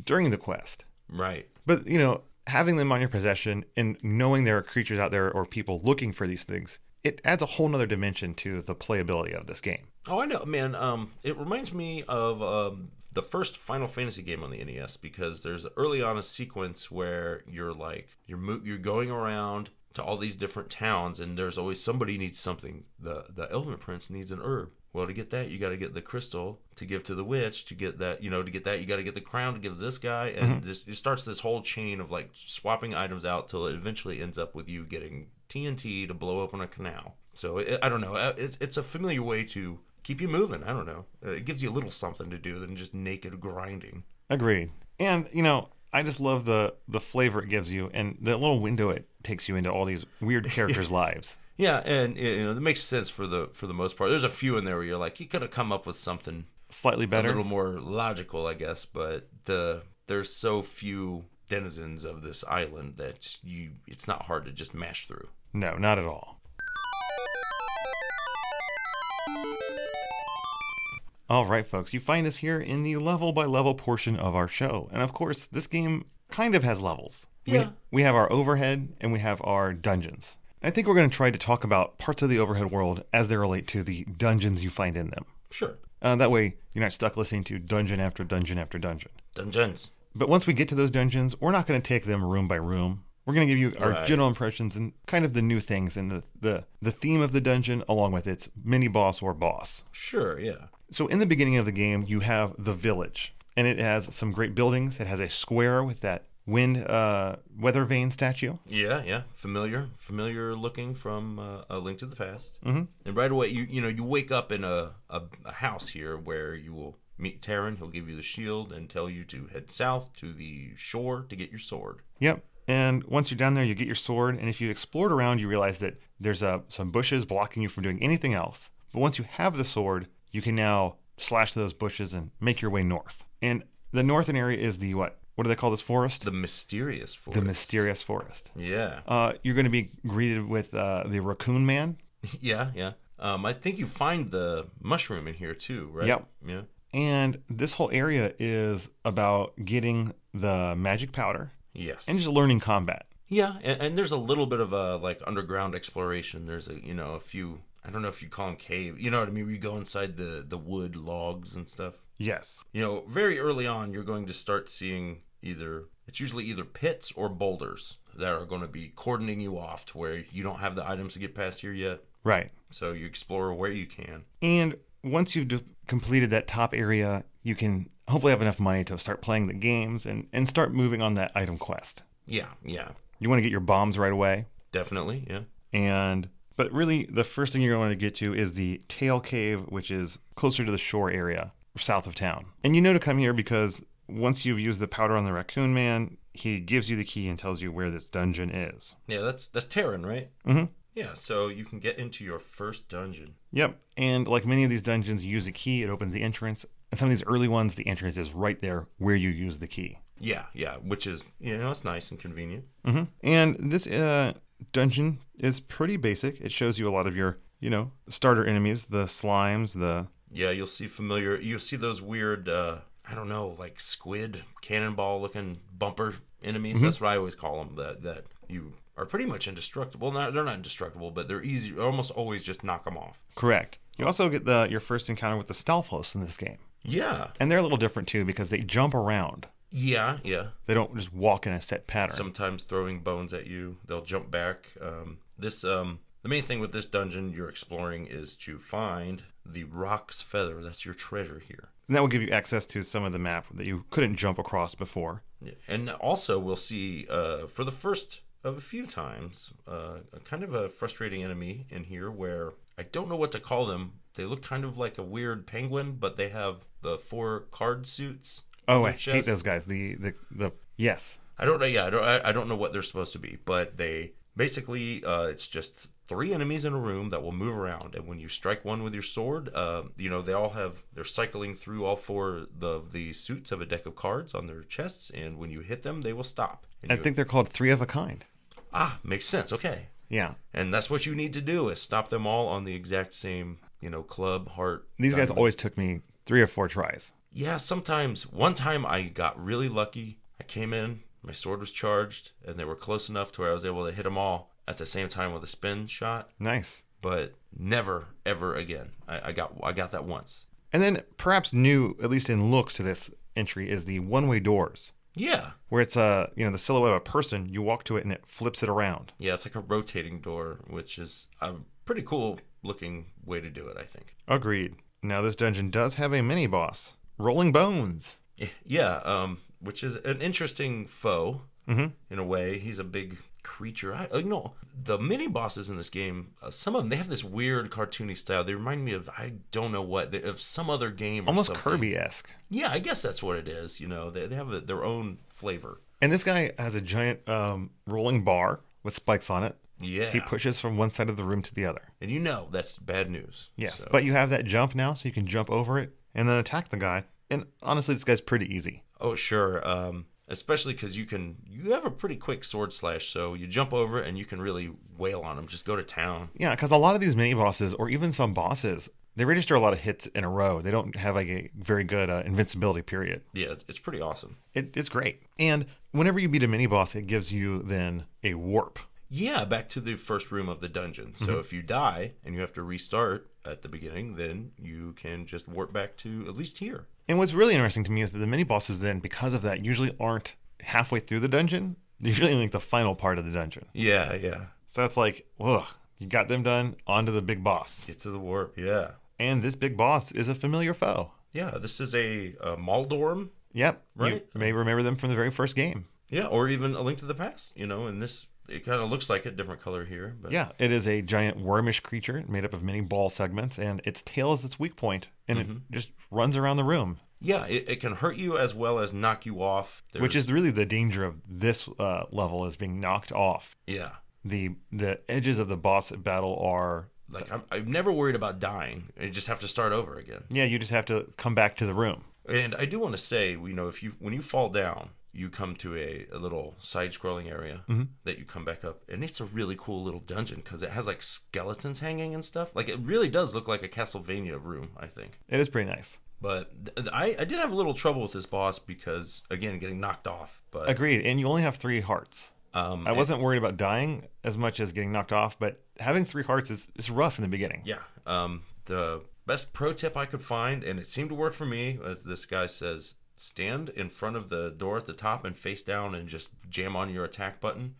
during the quest. right? But, you know, having them on your possession and knowing there are creatures out there or people looking for these things, it adds a whole nother dimension to the playability of this game. Oh, I know, man. Um, it reminds me of um, the first Final Fantasy game on the NES because there's early on a sequence where you're like you're mo- you're going around to all these different towns, and there's always somebody needs something. the The Elven Prince needs an herb. Well, to get that, you got to get the crystal to give to the witch. To get that, you know, to get that, you got to get the crown to give this guy, and this, it starts this whole chain of like swapping items out till it eventually ends up with you getting TNT to blow up on a canal. So it, I don't know. Uh, It's it's a familiar way to keep you moving. I don't know. Uh, It gives you a little something to do than just naked grinding. Agreed. And, you know, I just love the the flavor it gives you and the little window it takes you into all these weird characters' lives. Yeah, and y- you know that makes sense for the for the most part. There's a few in there where you're like, you could have come up with something Slightly a better. little more logical, I guess. But the there's so few denizens of this island that you it's not hard to just mash through. No, not at all. All right, folks, you find us here in the level by level portion of our show. And of course, this game kind of has levels. We, Yeah. we have our overhead and we have our dungeons. I think we're going to try to talk about parts of the overhead world as they relate to the dungeons you find in them. Sure. Uh, that way, you're not stuck listening to dungeon after dungeon after dungeon. Dungeons. But once we get to those dungeons, we're not going to take them room by room. We're going to give you our Right. general impressions and kind of the new things and the, the, the theme of the dungeon along with its mini boss or boss. Sure, yeah. So, in the beginning of the game, you have the village, and it has some great buildings. It has a square with that wind uh, weather vane statue. Yeah, yeah, familiar, familiar looking from uh, A Link to the Past. Mm-hmm. And right away, you you know you wake up in a, a a house here where you will meet Terran. He'll give you the shield and tell you to head south to the shore to get your sword. Yep. And once you're down there, you get your sword. And if you explored around, you realize that there's uh, some bushes blocking you from doing anything else. But once you have the sword, you can now slash those bushes and make your way north. And the northern area is the what? What do they call this forest? The mysterious forest. The mysterious forest. Yeah, Uh, you're going to be greeted with uh, the raccoon man. yeah, yeah. Um, I think you find the mushroom in here too, right? Yep. Yeah. And this whole area is about getting the magic powder Yes. and just learning combat. Yeah, and, and there's a little bit of a like underground exploration. There's a you know a few I don't know if you call them cave. You know what I mean? Where you go inside the the wood logs and stuff. Yes. You know, very early on, you're going to start seeing either it's usually either pits or boulders that are going to be cordoning you off to where you don't have the items to get past here yet. Right. So you explore where you can. And once you've d- completed that top area, you can hopefully have enough money to start playing the games and, and start moving on that item quest. Yeah, yeah, You want to get your bombs right away. definitely, yeah. And but really the first thing you're going to get to is the tail cave, which is closer to the shore area, south of town. And you know to come here because once you've used the powder on the raccoon man, he gives you the key and tells you where this dungeon is. Yeah, that's that's Terran, right? Mhm. Yeah, so you can get into your first dungeon. Yep. And like many of these dungeons, you use a key, it opens the entrance. And some of these early ones, the entrance is right there where you use the key. Yeah, yeah, which is you know it's nice and convenient. hmm And this uh, dungeon is pretty basic. It shows you a lot of your, you know, starter enemies, the slimes, the Yeah, you'll see familiar. You'll see those weird, uh, I don't know, like squid cannonball looking bumper enemies. That's what I always call them. That that you are pretty much indestructible. Not they're not indestructible, but they're easy. Almost always just knock them off. correct. You also get the your first encounter with the Stalfos in this game, Yeah, and they're a little different too because they jump around. yeah, yeah. They don't just walk in a set pattern. Sometimes throwing bones at you. They'll jump back. Um, this um, the main thing with this dungeon you're exploring is to find the rock's feather. That's your treasure here. and that will give you access to some of the map that you couldn't jump across before. Yeah, And also, we'll see uh, for the first of a few times uh, a kind of a frustrating enemy in here where I don't know what to call them. They look kind of like a weird penguin, but they have the four card suits. on Oh, their I hate chest. those guys. The the the yes, I don't know. Yeah, I don't. I, I don't know what they're supposed to be, but they basically uh, it's just three enemies in a room that will move around, and when you strike one with your sword, uh, you know they all have they're cycling through all four of the suits of a deck of cards on their chests, and when you hit them, they will stop. And I you- think they're called three of a kind. ah makes sense. Okay, Yeah, and that's what you need to do is stop them all on the exact same you know club heart. these guys diamond. always took me three or four tries. Yeah, sometimes. One time I got really lucky. I came in, my sword was charged, and they were close enough to where I was able to hit them all at the same time with a spin shot. Nice. But never, ever again. I, I got I got that once. And then perhaps new, at least in looks to this entry, is the one-way doors, Yeah, where it's a you know the silhouette of a person. You walk to it and it flips it around. yeah. It's like a rotating door, which is a pretty cool looking way to do it. I think. Agreed. Now this dungeon does have a mini boss, Rolling Bones. Yeah, um, which is an interesting foe Mm-hmm. in a way. He's a big creature. I, you know, the mini bosses in this game, uh, some of them they have this weird cartoony style. They remind me of I don't know what they- of some other game. Or Almost something. Kirby-esque. Yeah, I guess that's what it is. You know, they they have a, their own flavor. And this guy has a giant um, rolling bar with spikes on it. Yeah, He pushes from one side of the room to the other. and you know that's bad news. Yes, So- but you have that jump now, so you can jump over it and then attack the guy. And honestly, this guy's pretty easy. Oh sure. Um, especially because you can you have a pretty quick sword slash, so you jump over it and you can really wail on them. Just go to town. Yeah, because a lot of these mini bosses, or even some bosses, they register a lot of hits in a row. They don't have like a very good uh, invincibility period. Yeah, it's- it's pretty awesome. It, it's great. And whenever you beat a mini boss, it gives you then a warp. Yeah, back to the first room of the dungeon. So if you die and you have to restart at the beginning, then you can just warp back to at least here. And what's really interesting to me is that the mini bosses then, because of that, usually aren't halfway through the dungeon. They're usually in, like the final part of the dungeon. Yeah, yeah. So that's like, ugh, you got them done, on to the big boss. Get to the warp. Yeah. And this big boss is a familiar foe. Yeah, this is a, a Maldorm. Yep. Right. You may remember them from the very first game. Yeah, or even A Link to the Past, you know, and this, it kind of looks like a different color here. But Yeah, it is a giant wormish creature made up of many ball segments, and its tail is its weak point, and Mm-hmm. it just runs around the room, Yeah, it, it can hurt you as well as knock you off. There's, which is really the danger of this uh, level is being knocked off. yeah. the The edges of the boss battle are Like I'm, I'm never worried about dying. I just have to start over again. yeah, you just have to come back to the room. And I do want to say, you know, if you when you fall down, you come to a, a little side-scrolling area that you come back up, and it's a really cool little dungeon because it has like skeletons hanging and stuff. Like it really does look like a Castlevania room, I think. It is pretty nice. But th- th- I, I did have a little trouble with this boss because again, getting knocked off. But Agreed. And you only have three hearts. um, I wasn't worried about dying as much as getting knocked off, but having three hearts is, is rough in the beginning. Yeah. Um, the best pro tip I could find, and it seemed to work for me, as this guy says, stand in front of the door at the top and face down and just jam on your attack button,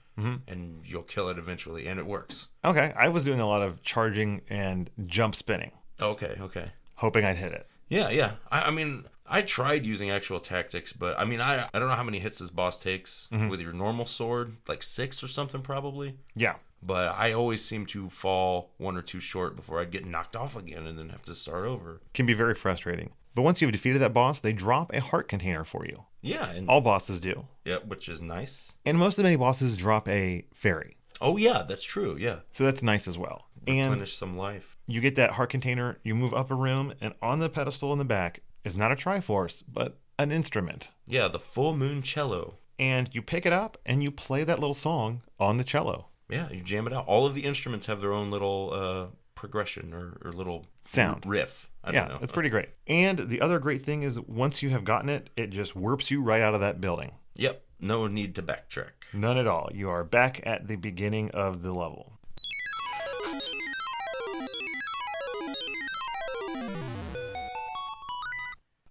and you'll kill it eventually, and it works. Okay, I was doing a lot of charging and jump spinning, Okay. Okay. hoping I'd hit it. Yeah. Yeah. I, I mean, I tried using actual tactics, but I mean, I, I don't know how many hits this boss takes with your normal sword, like six or something, probably. Yeah. But I always seem to fall one or two short before I'd get knocked off again and then have to start over. Can be very frustrating. But once you've defeated that boss, they drop a heart container for you. Yeah, and All bosses do. yeah, which is nice. And most of the mini bosses drop a fairy. Oh yeah, that's true. Yeah, So that's nice as well. And replenish some life. you get that heart container, you move up a room, and on the pedestal in the back is not a Triforce, but an instrument. Yeah, the full moon cello. And you pick it up and you play that little song on the cello. Yeah, you jam it out. All of the instruments have their own little uh, progression or, or little Sound. riff. I yeah, don't know. it's pretty great. And the other great thing is once you have gotten it, it just warps you right out of that building. Yep, no need to backtrack. None at all. You are back at the beginning of the level.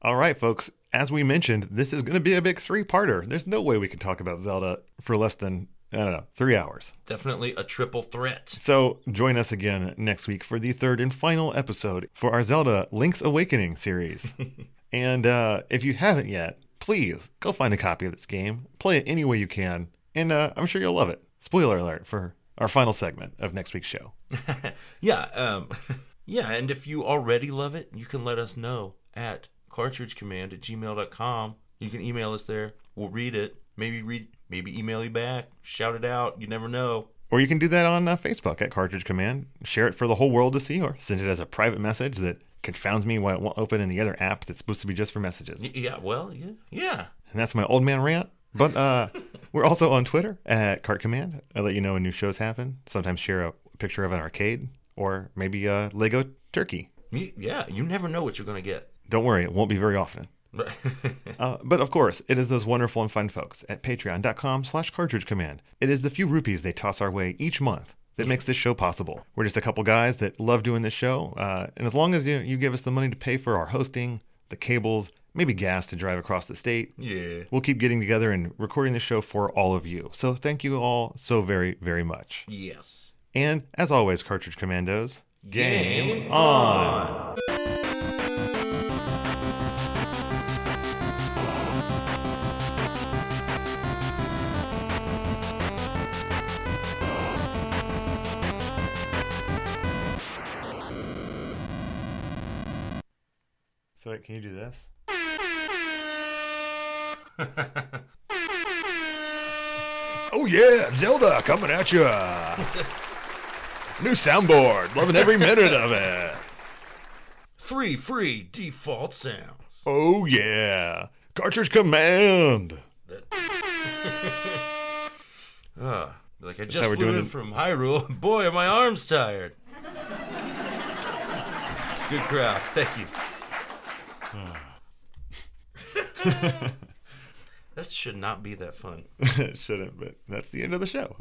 All right, folks. As we mentioned, this is going to be a big three-parter. There's no way we could talk about Zelda for less than I don't know, three hours. Definitely a triple threat. So join us again next week for the third and final episode for our Zelda Link's Awakening series. and uh, if you haven't yet, please go find a copy of this game, play it any way you can, and uh, I'm sure you'll love it. Spoiler alert for our final segment of next week's show. yeah, um, yeah. And if you already love it, you can let us know at cartridgecommand at gmail.com. You can email us there. We'll read it. Maybe read. Maybe email you back. Shout it out. You never know. Or you can do that on uh, Facebook at Cartridge Command. Share it for the whole world to see, or send it as a private message that confounds me why it won't open in the other app that's supposed to be just for messages. Y- yeah. Well. Yeah. Yeah. And that's my old man rant. But uh, we're also on Twitter at Cart Command. I let you know when new shows happen. Sometimes share a picture of an arcade or maybe a Lego turkey. Y- Yeah. You never know what you're gonna get. Don't worry, it won't be very often. Uh, but of course, it is those wonderful and fun folks at patreon.com slash cartridge command. It is the few rupees they toss our way each month that makes this show possible. We're just a couple guys that love doing this show. Uh, and as long as you, you give us the money to pay for our hosting, the cables, maybe gas to drive across the state, yeah. We'll keep getting together and recording the show for all of you. So thank you all so very, very much. Yes. And as always, Cartridge Commandos, Game on! So wait, can you do this? oh yeah, Zelda coming at you. New soundboard, loving every minute of it. Three free default sounds. Oh yeah, cartridge command. Ah, like I how just we're flew doing in it. from Hyrule. Boy, are my arms tired. Good crowd. Thank you. that should not be that fun. Hmm. Shouldn't, but that's the end of the show.